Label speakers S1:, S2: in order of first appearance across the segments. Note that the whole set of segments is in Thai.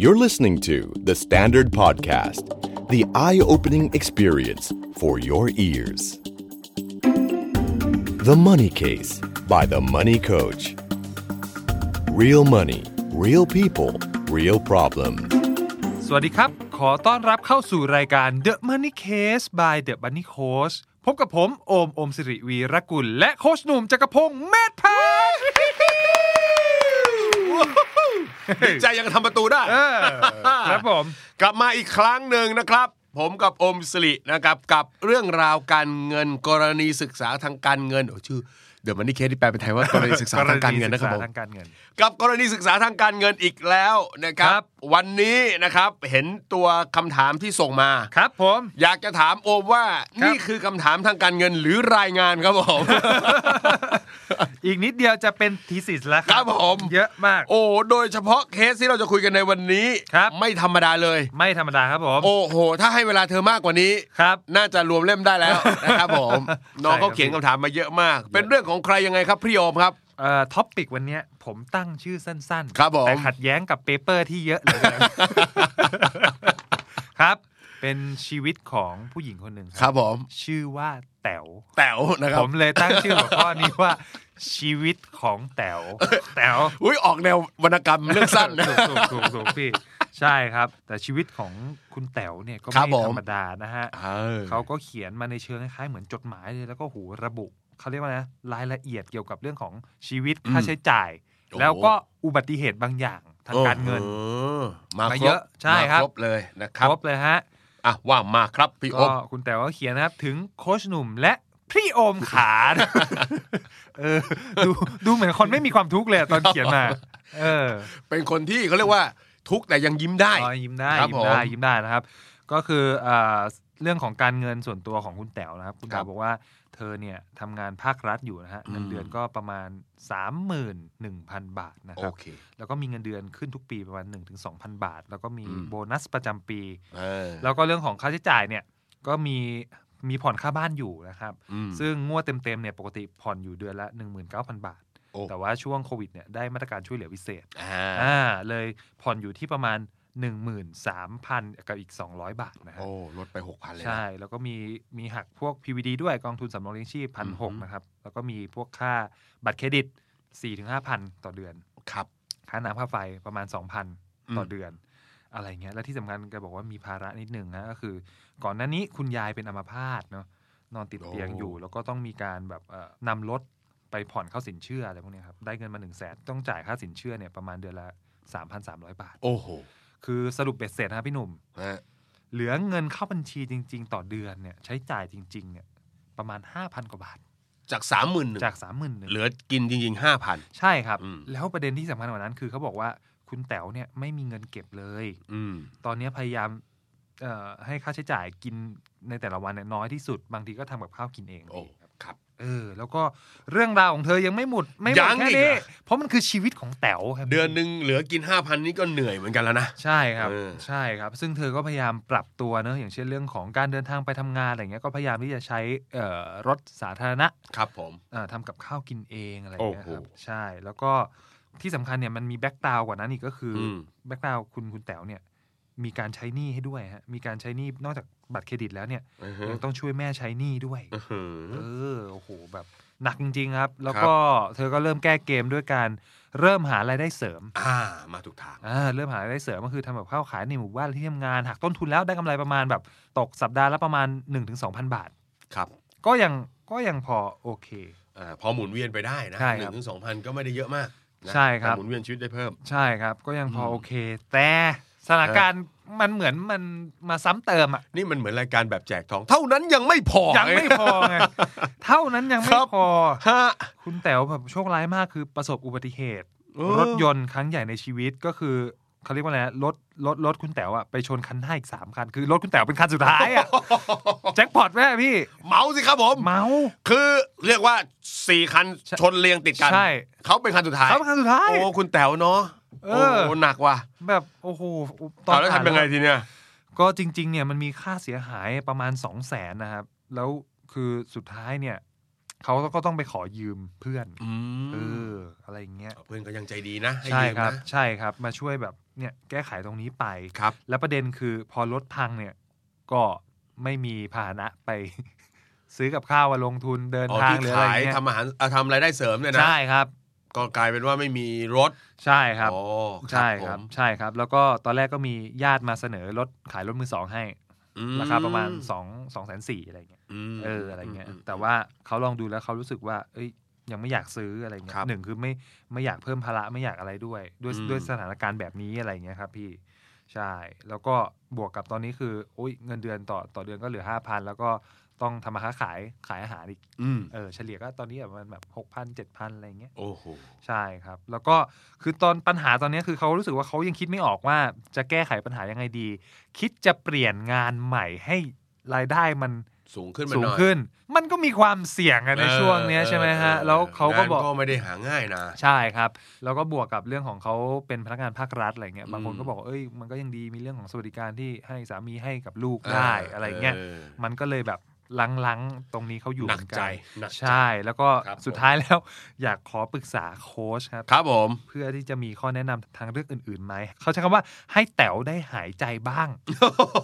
S1: You're listening to The Standard Podcast, the eye opening experience for your ears. The Money Case by The Money Coach. Real money, real people, real problem.
S2: สวัสดีครับ ขอต้อนรับเข้าสู่รายการ The Money Case by The Bunny Coach พบกับผม โอม โอมสิริวีรกุล และโคชหนุ่มจักรพงศ์เมธพัน ธ์
S3: ดี ใจยังทำประตูได้
S2: เออครับผม
S3: กลับมาอีกครั้งหนึ่งนะครับ ผมกับอมสิรินะครับกับเรื่องราวการเงินกรณีศึกษาทางการเงินโอ้ชื่อเดี๋ยวมันนี่เคสที่แปลเป็นไทยว่ากรณีศึกษาทางการเงินนะครับผ
S2: กณีศึก
S3: ม
S2: ษาทางการเงิน
S3: กับกรณีศึกษาทางการเงินอีกแล้วนะค
S2: ค
S3: รั
S2: รับ บ
S3: วันนี้นะครับเห็นตัวคำถามที่ส่งมา
S2: ครับผม
S3: อยากจะถามโอมว่า
S2: ครับ
S3: นี่คือคำถามทางการเงินหรือรายงานครับผม
S2: อีกนิดเดียวจะเป็นทีสิสแล้วค
S3: ค
S2: รั
S3: รั
S2: บบ
S3: ผม
S2: เยอะมาก
S3: โอ้โดยเฉพาะเคสที่เราจะคุยกันในวันนี้
S2: ครับ
S3: ไม่ธรรมดาเลย
S2: ไม่ธรรมดาครับผม
S3: โอ้โห ถ้าให้เวลาเธอมากกว่านี้
S2: ครับ
S3: น่าจะรวมเล่มได้แล้ว นะครับผม น้องเขา
S2: ใช่ครับ
S3: เขียนคำถามมาเยอะมาก เป็นเรื่องของใครยังไงครับพี่โอมครับ
S2: เอ่อท็อปปิกวันเนี้ยผมตั้งชื่อสั้นๆ
S3: ครับผม
S2: แต่ขัดแย้งกับเปเปอร์ที่เยอะเหลือเกิน ครับ เป็นชีวิตของผู้หญิงคนหนึ่ง
S3: ค
S2: ค
S3: รั
S2: รั
S3: บบ ผม
S2: ชื่อว่าแต๋ว
S3: แต๋วนะครั
S2: ผ
S3: บ
S2: มเลยตั้งชื่อหัวข้อนี้ว่า ชีวิตของแต๋วแต๋ว
S3: อุ้ยออกแนววรรณกรรมเรื่องสั้นนะ
S2: ถูกถูกถูกถูกพี่ใช่ครับ แต่ชีวิตของคุณแต๋วเนี่ยก็
S3: ครับ
S2: ไม่
S3: ผม
S2: ธรรมดานะฮะ
S3: เออ
S2: เขาก็เขียนมาในเชิงคล้ายๆเหมือนจดหมายเลยแล้วก็โหูระบุเขาเรียกว่านะรายละเอียดเกี่ยวกับเรื่องของชีวิตค่าใช้จ่าย
S3: โอ้โห
S2: แล้วก็อุบัติเหตุบางอย่างทางการเงิน
S3: โอ้โหมา
S2: มา
S3: คร
S2: เย
S3: บ
S2: อะใช่ครับ
S3: มาครบเลยนะครับ
S2: ครบเลยฮะ
S3: อ่ะว่ามาครับพี่โอ
S2: ก็
S3: ม
S2: คุณแต่ว่าเขียนนะครับ ถึงโค้ชหนุ่มและพี่โอมขา เออดูดูเหมือนคนไม่มีความทุกข์เลยอะตอนเขียนมา เออ
S3: เป็นคนที่เขาเรียกว่าทุกข์แต่ยังยิ้มได้
S2: อ๋อยิ้มได้
S3: ครับ
S2: ยิ้มได้
S3: ผม
S2: ยิ้มได้นะครับ ก็คือเอ่อเรื่องของการเงินส่วนตัวของคุณแต๋วนะครับ คุณแต๋
S3: คว รับ
S2: บอกว่าเธอเนี่ยทำงานภาครัฐอยู่นะฮะเงินเดือนก็ประมาณ 31,000 บาทนะค
S3: โอ
S2: รับ
S3: เค
S2: แล้วก็มีเงินเดือนขึ้นทุกปีประมาณ 1-2,000 บาท แล้วก็มี
S3: อืม
S2: โบนัสประจำปี
S3: เออ
S2: แล้วก็เรื่องของค่าใช้จ่ายเนี่ยก็มีมีผ่อนค่าบ้านอยู่นะครับ
S3: อืม
S2: ซึ่งงวดเต็มๆเนี่ยปกติผ่อนอยู่เดือนละ 19,000 บาท
S3: โอ้
S2: แต่ว่าช่วงโควิดเนี่ยได้มาตรการช่วยเหลือพิเศษ
S3: อ่า
S2: อ่าเลยผ่อนอยู่ที่ประมาณ 13,000 กับอีก 200 บาทนะฮะ
S3: โอ้ลดไปหกพันเลยนะ
S2: ใช่แล้วก็มีมีหักพวก PVD ด้วยกองทุนสำรองเลี้ยงชีพพันห
S3: อื
S2: ก
S3: อฮึ
S2: นะครับ แล้วก็มีพวกค่าบัตรเครดิต 4-5,000 ต่อเดือน
S3: ครับ
S2: ค่าน้ำค่าไฟประมาณ
S3: อืม
S2: 2,000 ต่อเดือน อะไรเงี้ยและที่สำคัญแกบอกว่ามีภาระนิดหนึ่งนะก็คือ ก่อนหน้านี้คุณยายเป็นอัมพาตเนาะนอนติดเตียงอยู่ แล้วก็ต้องมีการแบบเอ่อนำรถไปผ่อนเข้าสินเชื่ออะไรพวกเนี้ยครับได้เงินมา1นึ่งแสนต้องจ่ายค่าสินเชื่อเนี่ยประมาณเดือนละ3,300 บาท
S3: โอ้โห
S2: คือสรุปเบ็ดเสร็จนะครับพี่หนุ่ม
S3: ฮะ
S2: เหลือเงินเข้าบัญชีจริง ๆ ต่อเดือนเนี่ยใช้จ่ายจริงๆเนี่ยประมาณ 5,000 กว่าบาท
S3: จากสามหมื่น
S2: จาก 3 0 0 0 0น
S3: เหลือกินจริงๆห้าพัน
S2: ใช่ครับ
S3: อืม
S2: แล้วประเด็นที่สำคัญกว่านั้นคือเขาบอกว่าคุณแต๋วเนี่ยไม่มีเงินเก็บเลย
S3: อืม
S2: ตอนเนี้ยพยายามเอ่อให้ค่าใช้จ่ายกินในแต่ละวันเนี่ยน้อยที่สุด บางทีก็ทำกับข้าวกินเอง
S3: โอ้ครับ
S2: เออ แล้วก็เรื่องราวของเธอยังไม่หมดไม่หม
S3: ยั
S2: ด
S3: ง
S2: แค่
S3: อีก
S2: นี้
S3: เหรอ
S2: เพราะมันคือชีวิตของแต๋วครับ
S3: เดือนหนึ่งเหลือกิน 5,000 นี่ก็เหนื่อยเหมือนกันแล้วนะ
S2: ใช่ครับ
S3: เออ
S2: ใช่ครับ ซึ่งเธอก็พยายามปรับตัวเนอะอย่างเช่นเรื่องของการเดินทางไปทำงานอะไรเงี้ยก็พยายามที่จะใช้เอ่อรถสาธารณะ
S3: ครับผม
S2: เอ่อทำกับข้าวกินเองอะไรเงี้ยครับ
S3: โอ้โห
S2: ใช่แล้วก็ที่สำคัญเนี่ยมันมีแบ็กกราวกว่านั้นอีกก็คืออ
S3: ม
S2: แบ็กกราวคุณคุณแต๋วเนี่ยมีการใช้หนี้ให้ด้วยฮะมีการใช้หนี้นอกจากบัตรเครดิตแล้วเนี่ย
S3: อือฮึ
S2: ยังต้องช่วยแม่ใช้หนี้ด้วย
S3: อือฮึ
S2: เออโอ้โหแบบหนักจริงๆครับ แล้วก็เธอก็เริ่มแก้เกมด้วยการเริ่มหารายได้เสริม
S3: อ่า มาถูกทาง
S2: อ่าเริ่มหารายได้เสริมก็คือทำแบบข้าวขายในหมู่บ้านที่ทำงานหักต้นทุนแล้วได้กำไรประมาณแบบตกสัปดาห์ละประมาณ 1-2,000 บาท
S3: ครับ
S2: ก็ยังก็ยังพอโอเค
S3: อ่าพอหมุนเวียนไปได้นะ
S2: ใช่
S3: ห
S2: ค
S3: นึ่
S2: รับ
S3: งถึงสองพันก็ไม่ได้เยอะมากนะ
S2: ใช่ครับ
S3: แต่หมุนเวียนชีวิตได้เพิ่ม
S2: ใช่ครับ ก็ยังพอ
S3: ม
S2: โอเค แต่สถานการณ์มันเหมือนมันมาซ้ำเติมอ่ะ
S3: นี่มันเหมือนรายการแบบแจกทอง เท่านั้นยังไม่พอ
S2: ยังไม่พอไง เท่านั้นยัง
S3: ค
S2: ไม่
S3: รับ
S2: พอ
S3: ฮะ
S2: คุณแต๋วแบบโชคร้ายมากคือประสบอุบัติเหตุ
S3: เออ
S2: รถยนต์ครั้งใหญ่ในชีวิตก็คือเขาเรียกว่าอะไรนะรถรถรถคุณแต๋วอะไปชนคันหน้าอีกสามคันคือรถคุณแต๋วเป็นคันสุดท้าย อะ แจ็คพอตแม่พี่
S3: เมาสิครับผม
S2: เมา
S3: คือเรียกว่าสี่คันชนเรียงติดกัน
S2: ใช่
S3: เขาเป็นคันสุดท้าย
S2: เขาเป็นคันสุดท้าย
S3: โอ้คุณแต๋วเนาะ
S2: เอ
S3: โอ้
S2: อ
S3: หนักว่ะ
S2: แบบโอ้โห
S3: ตอนแล้วทำยังไง
S2: อ่า
S3: ทีเนี้ย
S2: ก็จริง ๆ เนี่ยมันมีค่าเสียหายประมาณ 2 0 0แสนนะครับ แล้วคือสุดท้ายเนี่ย เขาก็ต้องไปขอยืมเพื่อน
S3: อื
S2: เออ
S3: ม
S2: อะไรอย่างเงี้ย
S3: เพื่อนก็ยังใจดีนะให้
S2: ใช่
S3: ยืม
S2: ครับ
S3: นะ
S2: ใช่ครับมาช่วยแบบเนี่ยแก้ไขตรงนี้ไป
S3: ครับ
S2: แล้วประเด็นคือพอรถพังเนี่ย ก็ไม่มีพาหนะไป ซื้อกับข้าวมาลงทุนเดิน
S3: อ๋อ
S2: ทาง
S3: ที่
S2: หรืออะไร
S3: ขาย
S2: เงี้ย
S3: ทำอาหารอ่ะทำรายได้เสริมเนี่ยนะ
S2: ใช่ครับ
S3: ก็กลายเป็นว่าไม่มีรถ
S2: ใช่ครับ
S3: อ๋อ
S2: ใช่
S3: ผม
S2: ครับใช่ครับ แล้วก็ตอนแรกก็มีญาติมาเสนอรถขายรถมือสองให้
S3: อื
S2: ราคาประมาณ2องสองแสนสี่อะไรเงี้ย
S3: ม
S2: เอออะไรเงี้ยแต่ว่าเขาลองดูแล้วเขารู้สึกว่า เอ้ย ยังไม่อยากซื้ออะไรเงี้
S3: ครั
S2: ย
S3: บ
S2: หนึ่งคือไม่ไม่อยากเพิ่มภาระไม่อยากอะไรด้วย ด้วย
S3: อืม
S2: ด้วยสถานการณ์แบบนี้อะไรเงี้ยครับพี่ใช่ แล้วก็บวกกับตอนนี้คือโอ้ยเงินเดือนต่อต่อเดือนก็เหลือห้าพันแล้วก็ต้องทำมาค้าขายขายอาหารอีก
S3: อืม
S2: เออเฉลี่ยก็ตอนนี้ประมาณแบบหกพันเจ็ดพันอะไรเงี้ย
S3: โอ้โห
S2: ใช่ครับ แล้วก็คือตอนปัญหาตอนนี้คือเขารู้สึกว่าเขายังคิดไม่ออกว่าจะแก้ไขปัญหายังไงดี คิดจะเปลี่ยนงานใหม่ให้รายได้มัน
S3: สูงขึ้นมา
S2: สู
S3: ห
S2: ง
S3: น่อย
S2: ขึ้น มันก็มีความเสี่ยงอะใน
S3: เออ
S2: ช่วงเนี้ยใช่ไหมฮะ
S3: ออ
S2: แล้วเขาก็บอก
S3: งนก็ไม่ได้หาง่ายนะ
S2: ใช่ครับ แล้วก็บวกกับเรื่องของเขาเป็นพนักงานภาครัฐอะไรเงี้ยบางคน
S3: อืม
S2: ก็บอกว่าเอ้ยมันก็ยังดีมีเรื่องของสวัสดิการที่ให้สามีให้กับลูกได้อะไรเงี้ยมันก็เลยแบบลังๆตรงนี้เขาอยู่
S3: หนัก
S2: เมือ
S3: ใจหนักจ
S2: ใช่แล้วก็
S3: ครับผม
S2: สุดท้ายแล้ว อยากขอปรึกษาโค้ชครับ
S3: ครับผม
S2: เพื่อที่จะมีข้อแนะนำทางเรื่องอื่นๆไหม เขาใช้คำว่าให้แต๋วได้หายใจบ้าง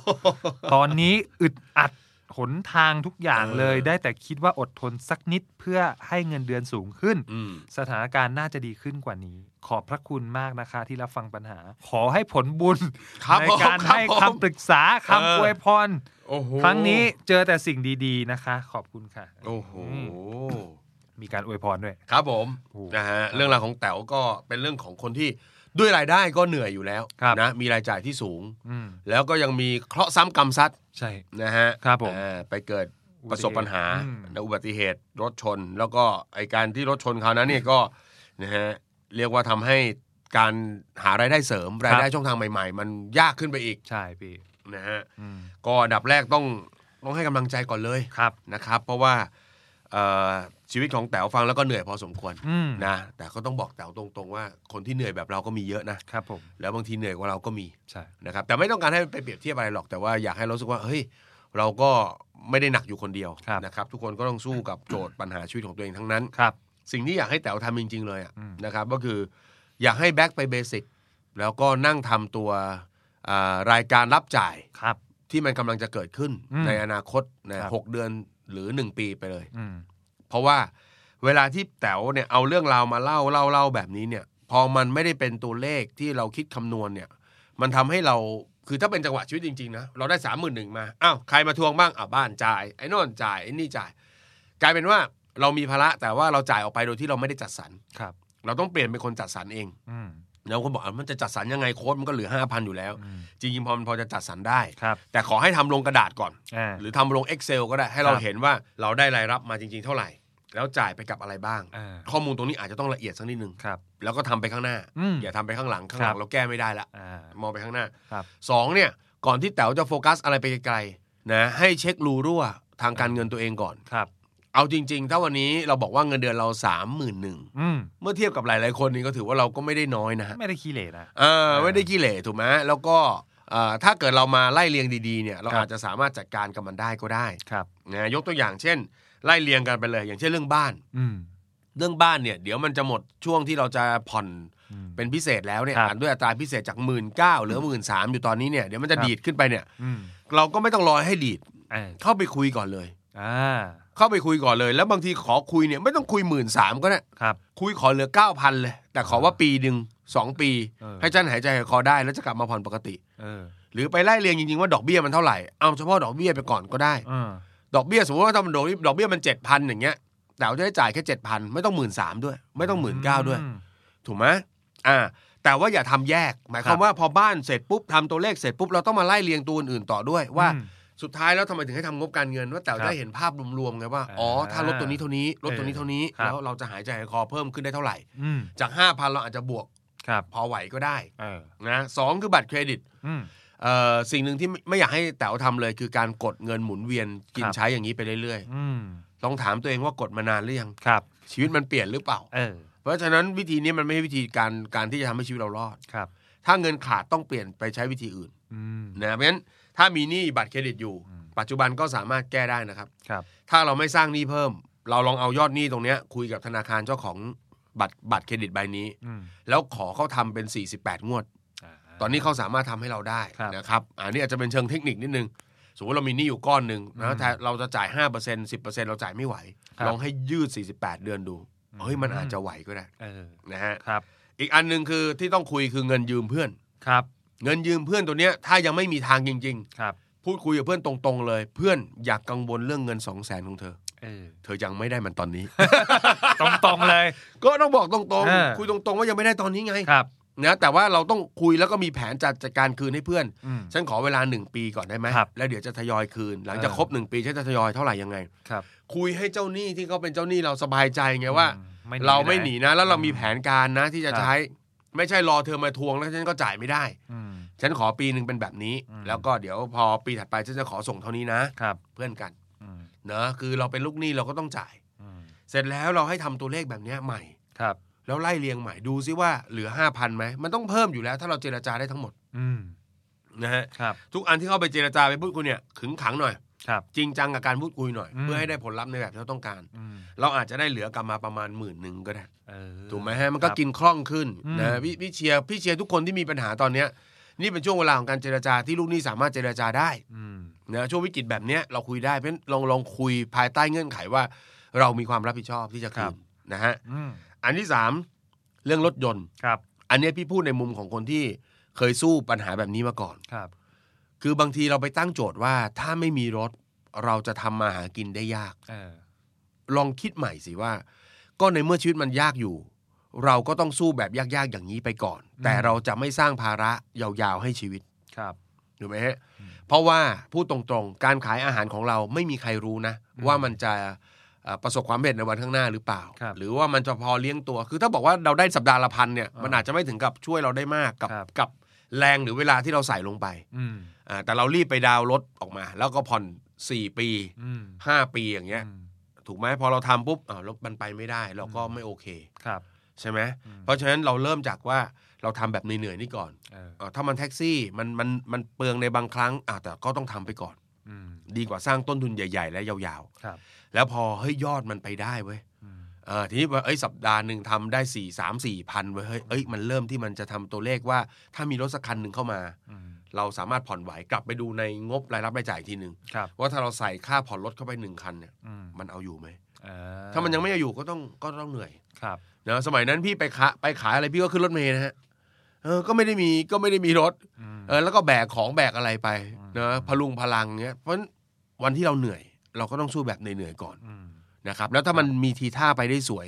S2: ตอนนี้อึดอัดหนทางทุกอย่างเลย
S3: เออ
S2: ได้แต่คิดว่าอดทนสักนิดเพื่อให้เงินเดือนสูงขึ้น
S3: อืม
S2: สถานการณ์น่าจะดีขึ้นกว่านี้ ขอบพระคุณมากนะคะที่รับฟังปัญหา ขอให้ผลบุญ
S3: ครับ
S2: ใน
S3: ผม
S2: การ
S3: รับ
S2: ให้
S3: ผม
S2: คำปรึกษา
S3: เออ
S2: คำอวยพร
S3: โอ้โห
S2: ครั้งนี้เจอแต่สิ่งดีๆนะคะ ขอบคุณค่ะ
S3: โอ้โห
S2: มมีการอวยพรด้วย
S3: ครับผม
S2: โอ้โห
S3: นะฮะเรื่องราวของแต๋วก็เป็นเรื่องของคนที่ด้วยรายได้ก็เหนื่อยอยู่แล้ว
S2: ครับ
S3: นะมีรายจ่ายที่สูง
S2: อืม
S3: แล้วก็ยังมีเคราะห์ซ้ำกรรมซัด
S2: ใช่
S3: นะฮะ
S2: ครับผม
S3: อ่าไปเกิดประสบปัญหา
S2: อืม
S3: ในอุบัติเหตุรถชน แล้วก็ไอการที่รถชนคราวนั้นเนี่ยก็นะฮะเรียกว่าทำให้การหารายได้เสริมรายได้ช่องทางใหม่ ๆ มันยากขึ้นไปอีก
S2: ใช่พี่
S3: นะฮะ
S2: อืม
S3: ก็อันดับแรกต้องต้องให้กำลังใจก่อนเลย
S2: ครับ
S3: นะครับ เพราะว่าเอ่อชีวิตของแต๋วฟังแล้วก็เหนื่อยพอสมควร
S2: อืม
S3: นะแต่ก็ต้องบอกแต๋วตรงๆว่าคนที่เหนื่อยแบบเราก็มีเยอะนะครับ
S2: ผม
S3: แล้วบางทีเหนื่อยกว่าเราก็มี
S2: ใช่
S3: นะครับแต่ไม่ต้องการให้ไปเปรียบเทียบอะไรหรอกแต่ว่าอยากให้เรารู้สึกว่าเฮ้ยเราก็ไม่ได้หนักอยู่คนเดียวนะครับทุกคนก็ต้องสู้กับโจทย์ปัญหาชีวิตของตัวเองทั้งนั้น
S2: ครับ
S3: สิ่งที่อยากให้แต๋วทำจริง ๆ เลยอะ
S2: อืม
S3: นะครับก็คืออยากให้แบ็คไปเบสิกแล้วก็นั่งทำตัวอ่ารายการรับจ่าย
S2: ครับ
S3: ที่มันกำลังจะเกิดขึ้น
S2: อืม
S3: ในอนาคตนะครับ หกเดือนหรือหนึ่งปีไปเลย
S2: อืม
S3: เพราะว่าเวลาที่แต๋วเนี่ยเอาเรื่องราวมาเล่าเล่าเล่าแบบนี้เนี่ย พอมันไม่ได้เป็นตัวเลขที่เราคิดคำนวณเนี่ย มันทำให้เราคือถ้าเป็นจังหวะชีวิตจริงๆนะเราได้สามหมื่นหนึ่งมาอ้าวใครมาทวงบ้างอ่ะบ้านจ่ายไอ้โนนจ่ายไอ้นี่จ่าย กลายเป็นว่าเรามีภาระแต่ว่าเราจ่ายออกไปโดยที่เราไม่ได้จัดสรร
S2: ครับ
S3: เราต้องเปลี่ยนเป็นคนจัดสรรเอง
S2: อืม
S3: แล้วก็บอกอ่ะมันจะจัดสรรยังไงโค้ดมันก็เหลือห้าพันอยู่แล้ว
S2: อืม
S3: จริงๆพอมันพอจะจัดสรรได้
S2: ครับ
S3: แต่ขอให้ทำลงกระดาษก่อน
S2: อ่า
S3: หรือทำลง Excel ก็ได้ให้เรา
S2: ครับ
S3: เห็นว่าเราได้รายรับมาจริง ๆ เท่าไหร่ แล้วจ่ายไปกับอะไรบ้าง
S2: อ่า
S3: ข้อมูลตรงนี้อาจจะต้องละเอียดสักนิดนึง
S2: ครับ
S3: แล้วก็ทำไปข้างหน้า
S2: อืม
S3: อย่าทำไปข้างหลังข้างหลั
S2: ครับ
S3: งเราแก้ไม่ได้ละ
S2: อ่าม
S3: องไปข้างหน้า
S2: ครับ
S3: สองเนี่ยก่อนที่แต๋วจะโฟกัสอะไรไปไกลๆนะให้เช็ครูรั่วทางการเงินตัวเองก่อน
S2: ครับ
S3: เอาจริง ๆ ถ้าวันนี้เราบอกว่าเงินเดือนเรา3 1 0 0
S2: อืม
S3: 0เมื่อเทียบกับหลายๆคนนี่ก็ถือว่าเราก็ไม่ได้น้อยนะฮะ
S2: ไม่ได้ขี้เหร่นะ
S3: เออไม่ได้ขี้เหร่ถูกไหมแล้วก็เอ่อถ้าเกิดเรามาไล่เรียงดีๆเนี่ยเรา
S2: ครับ
S3: อาจจะสามารถจัดการกับมันได้ก็ได้
S2: ครับ
S3: นะยกตัวอย่างเช่น ไล่เรียงกันไปเลย อย่างเช่นเรื่องบ้าน
S2: อืม
S3: เรื่องบ้านเนี่ยเดี๋ยวมันจะหมดช่วงที่เราจะผ่อน
S2: อืม
S3: เป็นพิเศษแล้วเนี่ย
S2: ครับ
S3: อ่านด้วยอัตราพิเศษจากหมื่นเก้าหรือหมื่นสามอยู่ตอนนี้เนี่ยเดี๋ยวมันจะ
S2: ครับ
S3: ดีดขึ้นไปเนี่ย
S2: อืม
S3: เราก็ไม่ต้องรอให้ดีด
S2: อ่า
S3: เข้าไปคุยก่อนเลย
S2: อ่า
S3: เข้าไปคุยก่อนเลย แล้วบางทีขอคุยเนี่ยไม่ต้องคุยหมื่นสามก็ได้
S2: ครับ
S3: คุยขอเหลือ 9,000 เลย แต่ขอว่าปีหนึ่งสองปี
S2: เออ
S3: ให้ฉันหายใจหายคอได้แล้วจะกลับมาผ่อนปกติ
S2: เออ
S3: หรือไปไล่เรียงจริงๆว่าดอกเบี้ยมันเท่าไหร่ เอาเฉพาะดอกเบี้ยไปก่อนก็ได้
S2: เออ
S3: ดอกเบี้ยสมมติว่าถ้ามันดอกเบี้ยดอกเบี้ยมันเจ็ดพันอย่างเงี้ยแต่เราจะได้จ่ายแค่เจ็ดพันไม่ต้องหมื่นสามด้วย ไม่ต้องหมื่นเก้าด้วย
S2: อืม
S3: ถูกไหมอ่า แต่ว่าอย่าทำแยก หมายค
S2: ค
S3: วาม
S2: รับ
S3: ว่าพอบ้านเสร็จปุ๊บทำตัวเลขเสร็จปุ๊บเราต้องมาไล่เรียงตัวอื่นๆต่อด้วยว่า
S2: อืม
S3: สุดท้ายแล้วทำไมถึงให้ทำงบการเงินว่าแต่
S2: ครับ
S3: ได้เห็นภาพรวมๆไงว่าอ๋อถ้าลดตัวนี้เท่านี้ลดตัวนี้เท่านี้
S2: ครับ
S3: แล้วเราจะหายใจหายคอเพิ่มขึ้นได้เท่าไหร่
S2: อืม
S3: จาก 5,000 เราอาจจะบวก
S2: ครับ
S3: พอไหวก็ได้
S2: เออ
S3: นะสองคือบัตรเครดิต
S2: อืม
S3: เอ่อสิ่งหนึ่งที่ไม่ไม่อยากให้แต๋วทำเลย คือการกดเงินหมุนเวียนกิน
S2: ครับ
S3: ใช้อย่างนี้ไปเรื่อย
S2: อืม
S3: ๆลองถามตัวเองว่ากดมานานหรือยัง
S2: ครับ
S3: ชีวิตมันเปลี่ยนหรือเปล่า
S2: เออ
S3: เพราะฉะนั้นวิธีนี้มันไม่ใช่วิธีการการที่จะทำให้ชีวิตเรารอด
S2: ครับ
S3: ถ้าเงินขาดต้องเปลี่ยนไปใช้วิธีอื่น
S2: อืม
S3: นะเพราะฉะนั้นถ้ามีหนี้บัตรเครดิตอยู่ ปัจจุบันก็สามารถแก้ได้นะครับ
S2: ครับ
S3: ถ้าเราไม่สร้างหนี้เพิ่ม เราลองเอายอดหนี้ตรงเนี้ยคุยกับธนาคารเจ้าของบัตรบัตรเครดิตใบนี้
S2: อืม
S3: แล้วขอเขาทำเป็น 48 งวด
S2: า
S3: ตอนนี้เขาสามารถทำให้เราได้
S2: ครับ
S3: นะครับ อันนี้อาจจะเป็นเชิงเทคนิคนิดนึง สมมติเรามีหนี้อยู่ก้อนหนึ่ง
S2: อื
S3: นะ
S2: ม
S3: ถ้าเราจะจ่าย 5% 10%เราจ่ายไม่ไหว
S2: ครับ
S3: ลองให้ยืด 48 เดือนดู
S2: อืม
S3: เฮ้ยมันอาจจะไหวก็ได้
S2: เออ
S3: นะฮะ
S2: ครับ
S3: อีกอันหนึ่งคือที่ต้องคุยคือเงินยืมเพื่อน
S2: ครับ
S3: เงินยืมเพื่อนตัวเนี้ยถ้ายังไม่มีทางจริง
S2: ครับ
S3: ๆ พูดคุยกับเพื่อนตรงๆเลย เพื่อนอยากกังวลเรื่องเงิน 2 0 0 0 0 0ของเธอ
S2: เออ
S3: เธอยังไม่ได้มันตอน นี้
S2: ตรงตรงๆเลย
S3: ก็ต้องบอกตรง
S2: เออ
S3: ๆ คุยตรงๆว่ายังไม่ได้ตอนนี้ไง
S2: ครับ
S3: นะแต่ว่าเราต้องคุยแล้วก็มีแผนจัดจัดการคืนให้เพื่อน
S2: อืม
S3: ฉันขอเวลาหนึ่งปีก่อนได้ไหม
S2: ครับ
S3: แล้วเดี๋ยวจะทยอยคืน หลังจาก
S2: เออ
S3: ครบหนึ่งปีฉันจะทยอยเท่าไหร่ยังไง
S2: ครับ
S3: คุยให้เจ้าหนี้ที่เขาเป็นเจ้าหนี้เราสบายใจไงว่า
S2: อื
S3: เราไม่หนี
S2: ป
S3: นะ แล้วเรา
S2: อืม
S3: มีแผนการนะที่จะ
S2: ครับ
S3: ใช้ ไม่ใช่รอเธอมาทวงแล้วฉันก็จ่ายไม่ได้
S2: อืม
S3: ฉันขอปีหนึ่งเป็นแบบนี้
S2: อืม
S3: แล้วก็เดี๋ยวพอปีถัดไปฉันจะขอส่งเท่านี้นะ
S2: ครับ
S3: เพื่อนกัน
S2: อืม
S3: เนอะคือเราเป็นลูกหนี้เราก็ต้องจ่าย
S2: อืม
S3: เสร็จแล้วเราให้ทำตัวเลขแบบเนี้ยใหม่
S2: ครับ
S3: แล้วไล่เรียงใหม่ดูซิว่าเหลือห้าพันไหมมันต้องเพิ่มอยู่แล้ว ถ้าเราเจรจาได้ทั้งหมด
S2: อืม
S3: นะฮะ
S2: ครับ
S3: ทุกอันที่เข้าไปเจรจาไปพูดคุยเนี่ยขึงขังหน่อย
S2: ครับ
S3: จริงจังกับการพูดคุยหน่อย
S2: อืม
S3: เพื่อให้ได้ผลลัพธ์ในแบบที่เราต้องการ
S2: อืม
S3: เราอาจจะได้เหลือกลับมาประมาณหมื่นหนึ่งก็ได้
S2: เออ
S3: ถูกไหมฮะมันก็กินคล่องขึ้น
S2: อืม
S3: นะพี่พี่เชียร์พี่เชียร์ทุกคนที่มีปัญหาตอนเนี้ยนี่เป็นช่วงเวลาของการเจรจาที่ลูกหนี้สามารถเจรจาได้
S2: อืม
S3: นะช่วงวิกฤตแบบเนี้ยเราคุยได้เพราะฉะนั้นลองลองคุยภายใต้เงื่อนไขว่า เรามีความรับผิดชอบที่จะคืนนะฮะ
S2: อืม
S3: อันที่สามเรื่องรถยนต์
S2: ครับ
S3: อันเนี้ยพี่พูดในมุมของคนที่เคยสู้ปัญหาแบบนี้มาก่อน
S2: ครับ
S3: คือบางทีเราไปตั้งโจทย์ว่าถ้าไม่มีรถเราจะทำมาหากินได้ยาก
S2: เออ
S3: ลองคิดใหม่สิว่า ก็ในเมื่อชีวิตมันยากอยู่ เราก็ต้องสู้แบบยากๆอย่างนี้ไปก่อน แต่เราจะไม่สร้างภาระยาวๆให้ชีวิต
S2: ครับ
S3: ถูกไหมฮะ
S2: อืม
S3: เพราะว่าพูดตรงๆ การขายอาหารของเราไม่มีใครรู้นะ
S2: อืม
S3: ว่ามันจะเอ่อประสบความสำเร็จในวันข้างหน้าหรือเปล่า
S2: ครับ
S3: หรือว่ามันจะพอเลี้ยงตัว คือถ้าบอกว่าเราได้สัปดาห์ละพันเนี่ย
S2: อ่ามั
S3: มันอาจจะไม่ถึงกับช่วยเราได้มากกับ
S2: ครับ
S3: กับแรงหรือเวลาที่เราใส่ลงไป
S2: อืม
S3: อ่าแต่เรารีบไปดาวน์รถออกมา แล้วก็ผ่อนสี่ปี
S2: อืม
S3: ห้าปีอย่างเงี้ย
S2: อืม
S3: ถูกไหมพอเราทำปุ๊บอ้าวแล้วมันไปไม่ได้ เราก็
S2: อืม
S3: ไม่โอเค
S2: ครับ
S3: ใช่ไหม
S2: อืม
S3: เพราะฉะนั้นเราเริ่มจากว่าเราทำแบบเหนื่อยๆนี่ก่อน
S2: เออ
S3: เอ่อถ้ามันแท็กซี่มันมันมันเปลืองในบางครั้งอ่ะแต่ก็ต้องทำไปก่อน
S2: อืม
S3: ดีกว่าสร้างต้นทุนใหญ่ๆ และยาว
S2: ครับ
S3: ๆ แล้วพอเฮ้ยยอดมันไปได้เว้ย
S2: อืม
S3: เออทีนี้ว่าเอ้ยสัปดาห์หนึ่งทำได้สี่สามสี่พันเว้ยเฮ้ยเอ้ยมันเริ่มที่มันจะทำตัวเลขว่า ถ้ามีรถสักคันหนึ่งเข้ามา
S2: อืม
S3: เราสามารถผ่อนไหวกลับไปดูในงบรายรับรายจ่ายอีกทีหนึ่ง
S2: ครับ
S3: ว่าถ้าเราใส่ค่าผ่อนรถเข้าไปหนึ่งคันเนี่ย
S2: อืม
S3: มันเอาอยู่ไหม
S2: เออ
S3: ถ้ามันยังไม่เอาอยู่ก็ต้องก็ต้องเหนื่อย
S2: ครับ
S3: นะสมัยนั้นพี่ไปขาไปขายอะไรพี่ก็ขึ้นรถเมล์นะฮะเออก็ไม่ได้มีก็ไม่ได้มีรถ
S2: อืม
S3: เออแล้วก็แบกของแบกอะไรไป
S2: อืม
S3: นะพลุงพลังเงี้ยเพราะฉะนั้นวันที่เราเหนื่อย เราก็ต้องสู้แบบเหนื่อยๆก่อน
S2: ม
S3: นะครับ แล้วถ้ามันมีทีท่าไปได้สวย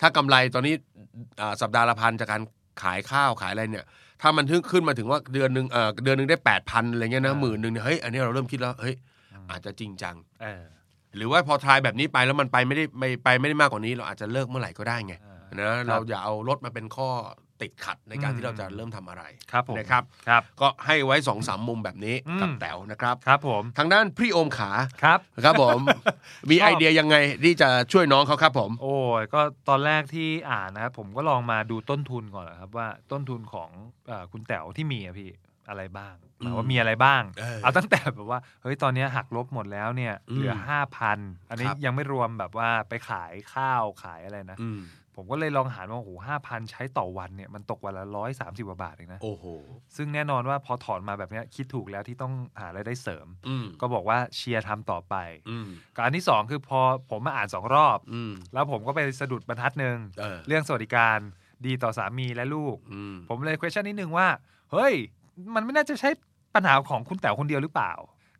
S3: ถ้ากำไรตอนนี้อ่าสัปดาห์ละพันจากการขายข้าวขายอะไรเนี่ย ถ้ามันถึงขึ้นมาถึงว่าเดือนหนึ่งเออเดือนหนึ่งได้แปดพันอะไรเงี้ยนะ
S2: อ่า
S3: หมื่นหนึ่งเนี่ยเฮ้ยอันนี้เราเริ่มคิดแล้วเฮ้ย
S2: ม
S3: อาจจะจริงจัง
S2: เออ
S3: หรือว่าพอทายแบบนี้ไปแล้วมันไปไม่ได้ไม่ไปไม่ได้มากกว่านี้ เราอาจจะเลิกเมื่อไหร่ก็ได้ไง
S2: เออ
S3: นะ
S2: ครั
S3: เรา
S2: บ
S3: อย่าเอารถมาเป็นข้อติดขัดในการ
S2: อืม
S3: ที่เราจะเริ่มทำอะไร
S2: ครับผม
S3: นะครับ
S2: ครับ
S3: ก็ให้ไว้สองสามมุมแบบนี้
S2: อืม
S3: กับแต๋วนะครับ
S2: ครับผม
S3: ทางด้านพี่โอมขา
S2: ครับ
S3: ครับผม มี
S2: ชอบ
S3: ไอเดียยังไงที่จะช่วยน้องเขาครับผม
S2: โอ้ยก็ตอนแรกที่อ่านนะครับผมก็ลองมาดูต้นทุนก่อนนะครับว่าต้นทุนของเออคุณแต๋วที่มีอะพี่อะไรบ้างหมายว่ามีอะไรบ้าง
S3: เออ
S2: ตั้งแต่แบบว่าเฮ้ยตอนเนี้ยหักลบหมดแล้วเนี่ย
S3: อืม
S2: เหลือห้าพันอันนี้
S3: ครับ
S2: ยังไม่รวมแบบว่าไปขายข้าวขายอะไรนะ
S3: อืม
S2: ผมก็เลยลองหารว่าโอ้โหห้าพันใช้ต่อวันเนี่ยมันตกวันละร้อยสามสิบกว่าบาทเองนะ
S3: โอ้โห
S2: ซึ่งแน่นอนว่าพอถอนมาแบบเนี้ยคิดถูกแล้วที่ต้องหาอะไรายได้เสริม
S3: อืม
S2: ก็บอกว่าเชียร์ทำต่อไป
S3: อืม
S2: กับอันที่สองคือพอผมมาอ่านสองรอบ
S3: อืม
S2: แล้วผมก็ไปสะดุดบรรทัดหนึ่ง
S3: เออ
S2: เรื่องสวัสดิการดีต่อสามีและลูก
S3: อืม
S2: ผมเลย question นิดนึงว่า เฮ้ย มันไม่น่าจะใช่ปัญหาของคุณแต๋วคนเดียวหรือเปล่า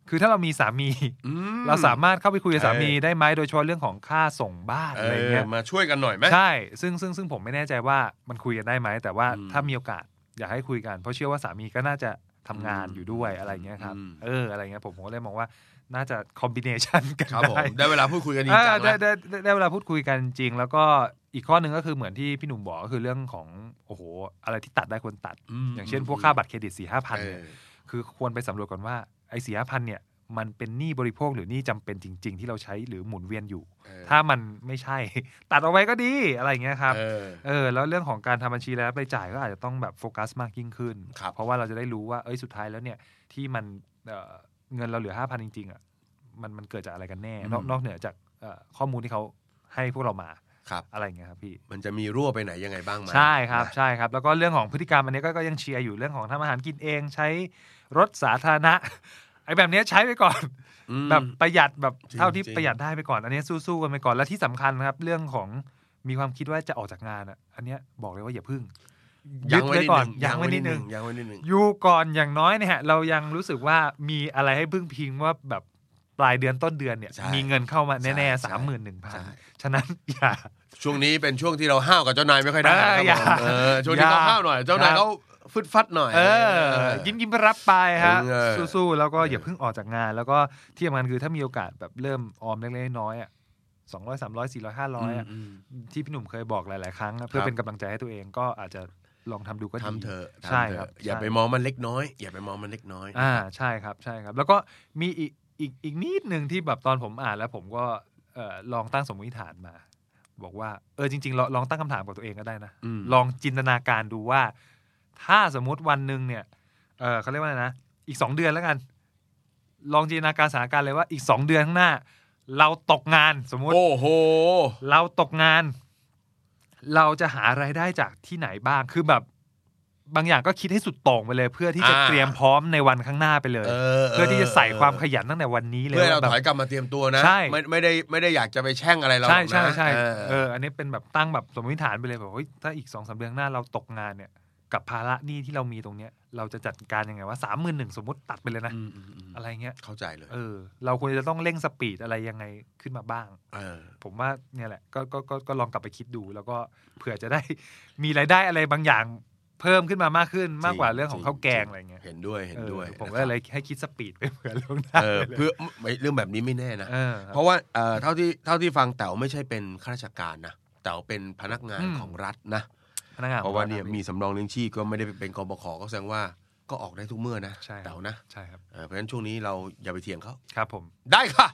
S2: คือถ้าเรามีสามี
S3: อืม
S2: เราสามารถเข้าไปคุยกับสามี
S3: เออ
S2: ได้ไหมโดยเฉพาะเรื่องของค่าส่งบ้าน
S3: เอ
S2: อะไร
S3: อ
S2: เงี้ย
S3: มาช่วยกันหน่อยไหม
S2: ใช่ ซึ่งซึ่งซึ่งผมไม่แน่ใจว่ามันคุยกันได้ไหม แต่ว่า
S3: อืม
S2: ถ้ามีโอกาสอยากให้คุยกัน เพราะเชื่อว่าสามีก็น่าจะทำงาน
S3: อืม
S2: อยู่ด้วยอะไรเงี้ยครับ
S3: อืม
S2: เอออะไรเงี้ยผมผมก็เลยมองว่าน่าจะคอมบิเนชันกัน
S3: ครับผม
S2: ได้
S3: ได้เวลาพูดคุยกันจริง
S2: อ่า
S3: จัง
S2: ได้
S3: แล้ว
S2: ได้ได้ได้เวลาพูดคุยกันจริง แล้วก็อีกข้อหนึ่งก็คือเหมือนที่พี่หนุ่มบอกก็คือเรื่องของโอ้โห อะไรที่ตัดได้ควรตัด
S3: ม
S2: อย่างเช่นพวกค่าบัตรเครดิต4ี่ห้าพัน
S3: เอ
S2: เนี่ย
S3: อ
S2: คือควรไปสำรวจก่อนว่าไอ้สี่ห้าพันเนี่ย มันเป็นหนี้บริโภคหรือหนี้จำเป็นจริง ๆ ที่เราใช้หรือหมุนเวียนอยู่
S3: เออ
S2: ถ้ามันไม่ใช่ ตัดเอาไว้ก็ดีอะไรอย่างเงี้ยครับ
S3: เออ
S2: เออแล้วเรื่องของการทำบัญชีรายรับรายจ่ายก็อาจจะต้องแบบโฟกัสมากยิ่งขึ้น
S3: ครับ
S2: เพราะว่าเราจะได้รู้ว่าเอ้ยสุดท้ายแล้วเนี่ยที่มันเอ่อเงินเราเหลือห้าพันจริงๆอ่ะมันมันเกิดจากอะไรกันแน่ นอก
S3: อืม
S2: นอกเหนือจากเอ่อข้อมูลที่เขา ให้พวกเรามา
S3: ครับ
S2: อะไรอย่างเงี้ยครับพี่
S3: มันจะมีรั่วไปไหนยังไงบ้างไหม
S2: ใช่ครับ
S3: นะ
S2: ใช่ครับ แล้วก็เรื่องของพฤติกรรมอันนี้ก็ก็ยังเชียร์อยู่เรื่องของทำอาหารกินเองใช้รถสาธารณะ ไอ้แบบเนี้ยใช้ไปก่อน
S3: อืม
S2: แบบประหยัดแบบ
S3: จริง
S2: เท่าที่
S3: จริง
S2: ประหยัดได้ไปก่อน อันนี้สู้ๆกันไปก่อนและที่สำคัญนะครับ เรื่องของมีความคิดว่าจะออกจากงานอ่ะ อันเนี้ยบอกเลยว่าอย่าพึ่ง
S3: ยั
S2: ยึ
S3: ง
S2: ด
S3: ไว้
S2: ไว้
S3: นิด
S2: ก่อ
S3: นึ
S2: น
S3: ง
S2: ยังไว้นิดนึง
S3: ยังไว้นิดนึง
S2: อยู่ก่อนอย่างน้อยเนี่ยฮะเรายังรู้สึกว่ามีอะไรให้พึ่งพิงว่าแบบปลายเดือนต้นเดือนเนี่ย
S3: ใช่
S2: มีเงินเข้ามาแน่
S3: ใช่
S2: ๆสามหมื่นหนึ่งพั
S3: ใช่
S2: นฉะนั้นอย่า
S3: ช่วงนี้เป็นช่วงที่เราห้าวกับเจ้านายไม่ค่อยได้นะครับ
S2: เอออย่า
S3: ผมเออช่วงนี้
S2: อย่า
S3: เขาห้าวหน่อย เจ้านายเขาฟึดฟัดหน่อย
S2: เออ ยิ้มยิ้มรับไปฮะ
S3: เออ
S2: สู้ๆแล้วก็
S3: เอออ
S2: อย่าเพิ่งออกจากงาน แล้วก็ที่สำคัญคือถ้ามีโอกาสแบบเริ่มออมเล็กๆน้อยๆอ่ะสองร้อยสามร้อยสี่ร้อยห้าร้อยอ่ะ
S3: ม
S2: ที่พี่หนุ่มเคยบอกหลาย ๆ ครั้งนะเพื่อ
S3: ครับ
S2: เป็นกำลังใจให้ตัวเองก็อาจจะลองทำดูก็ดี
S3: ทำเถอะ
S2: ใช่
S3: ทำเถ
S2: ครับ
S3: อะอย่า
S2: ใช่
S3: ไปมองมันเล็กน้อย อย่าไปมองมันเล็กน้อย
S2: อ่าใช่ครับใช่ครับ แล้วก็มีอีกอีกอีกนิดหนึ่งที่แบบตอนผมอ่านแล้วผมก็เอ่อลองตั้งสมมติฐานมา บอกว่าเออจริงๆลองลองตั้งคำถามกับตัวเองก็ได้นะ
S3: อืม
S2: ลองจินตนาการดูว่า ถ้าสมมติวันหนึ่งเนี่ยเออเขาเรียกว่าอะไรนะ อีกสองเดือนแล้วกัน ลองจินตนาการสถานการณ์เลยว่าอีกสองเดือนข้างหน้า เราตกงานสมมุติ
S3: โอ้โห
S2: เราตกงาน เราจะหารายได้จากที่ไหนบ้าง คือแบบบางอย่างก็คิดให้สุดโต่งไปเลย เพื่อที่จะ
S3: อ่า
S2: เตรียมพร้อมในวันข้างหน้าไปเลย
S3: เอ
S2: เพื่อที่จะใส่ความขยันตั้งแต่วันนี้เลย
S3: เพื่อให้เรา
S2: ว่าแบบ
S3: ถอยกลับมาเตรียมตัวนะ
S2: ใช่
S3: ไม่ไม่ได้ไม่ได้อยากจะไปแช่งอะไรเรา
S2: ใช่
S3: หรอกนะ
S2: ใช่ใช่
S3: เอ
S2: เอ
S3: อ
S2: ออันนี้เป็นแบบตั้งแบบสมมติฐานไปเลยแบบเฮ้ยถ้าอีกสองสามเดือนข้างหน้าเราตกงานเนี่ย กับภาระหนี้ที่เรามีตรงเนี้ย เราจะจัดการยังไงว่าสามหมื่นหนึ่งสมมติตัดไปเลยนะ
S3: อืมอืมอืม
S2: อะไรเงี้ย
S3: เข้าใจเลย
S2: เออ เราควรจะต้องเร่งสปีดอะไรยังไงขึ้นมาบ้าง
S3: เออ
S2: ผมว่าเนี่ยแหละก็ก็ก็ก็ลองกลับไปคิดดู แล้วก็เผื่อจะได้ มีรายได้อะไรบางอย่างเพิ่มขึ้นมามากขึ้นมากกว่าเรื่องของ
S3: จริง
S2: ข้าวแกงอะไรเงี้ย
S3: เห็นด้วยเห็นด้วย
S2: ออผม
S3: นะ
S2: ก็
S3: ครับ
S2: เลยให้คิดสปีดไปเผื่อลวงหน้า
S3: เออ
S2: เลย
S3: เพื่อไม่เรื่องแบบนี้ไม่แน่นะ
S2: เออค
S3: เพ
S2: รับ
S3: ราะว่าเอ่อเท่าที่เท่าที่ฟังแต๋วไม่ใช่เป็นข้าราชการนะแต๋วเป็นพนักงาน
S2: อืม
S3: ของรัฐนะ
S2: พนักงาน
S3: เพราะว่าเนี่ย
S2: ของ
S3: มีสำรองเลี้ยงชีพก็ไม่ได้เป็นกบขก็แสดงว่าก็ออกได้ทุกเมื่อนะ
S2: ใช่
S3: แต๋วนะ
S2: ใช่ครับ
S3: เออเพราะฉะนั้นช่วงนี้เราอย่าไปเถียงเขา
S2: ครับผม
S3: ได้ ค่ะ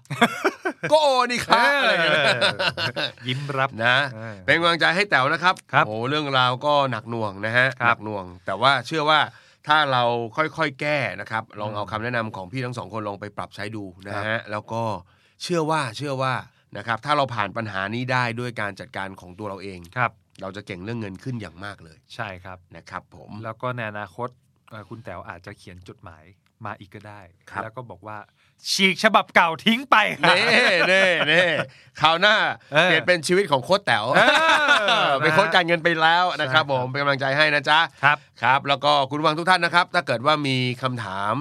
S3: ก็โอนี่ค่ะอะไรอย่างเงี้ย
S2: เออยิ้มรับ
S3: นะ
S2: เออ
S3: เป็นกำลังใจให้แต๋วนะครับ
S2: ครับ
S3: โอ้เรื่องราวก็หนักหน่วงนะฮะ
S2: ครั
S3: ห
S2: บ
S3: นัหน่วง แต่ว่าเชื่อว่าถ้าเราค่อยๆแก้นะครับ ลอง
S2: อืม
S3: เอาคำแนะนำของพี่ทั้งสองคนลองไปปรับใช้ดูนะฮะแล้วก็เชื่อว่าเชื่อว่านะครับถ้าเราผ่านปัญหานี้ได้ด้วยการจัดการของตัวเราเอง
S2: ครับ
S3: เราจะเก่งเรื่องเงินขึ้นอย่างมากเลย
S2: ใช่ครับ
S3: นะครับผม
S2: แล้วก็ในอนาคตเอ่อคุณแต๋วอาจจะเขียนจดหมายมาอีกก็ได้
S3: ครับ
S2: แล้วก็บอกว่า ฉีกฉบับเก่าทิ้งไปค่ะ
S3: เน่เน่เน่คราวหน้า
S2: เออ
S3: เปลี่ยนเป็นชีวิตของโค้ชแต๋ว
S2: เออ
S3: เป็นโค้ชการเงินไปแล้วนะครับ
S2: ใช่ครับ
S3: ผมเป็นกำลังใจให้นะจ๊ะ
S2: ครับ
S3: ครับแล้วก็คุณวังทุกท่านนะครับ ถ้าเกิดว่ามีคำถาม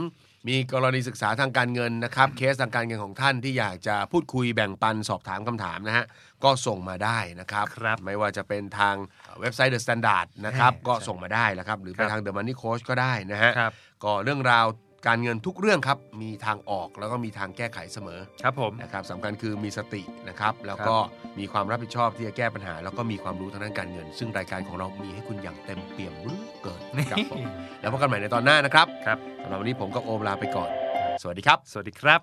S3: มีกรณีศึกษาทางการเงินนะครับ เคสทางการเงินของท่านที่อยากจะพูดคุยแบ่งปันสอบถามคำถามนะฮะก็ส่งมาได้นะครับ
S2: ครับ
S3: ไม่ว่าจะเป็นทางเว็บไซต์ The Standard นะครับ
S2: ใช่
S3: ก็ส่งมาได้นะครับ หรือไป
S2: ครับ
S3: ทาง The Money Coach ก็ได้นะฮะ
S2: ครับ
S3: ก็เรื่องราวการเงินทุกเรื่องครับ มีทางออกแล้วก็มีทางแก้ไขเสมอ
S2: ครับผม
S3: นะครับสำคัญคือมีสตินะครับ แล้วก็มีความรับผิดชอบที่จะแก้ปัญหา แล้วก็มีความรู้ทางด้านการเงิน ซึ่งรายการของเรามีให้คุณอย่างเต็มเปี่ยมเหลือเกินครับผม แล้วพบกันใหม่ในตอนหน้านะครับ
S2: ครับ
S3: สำหรับวันนี้ผมกับโอมลาไปก่อน สวัสดีครับ
S2: สวัสดีครับ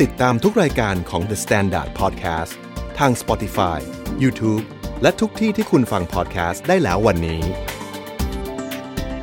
S1: ติดตามทุกรายการของ The Standard Podcast ทาง Spotify, YouTube และทุกที่ที่คุณฟัง podcast ได้แล้ววันนี้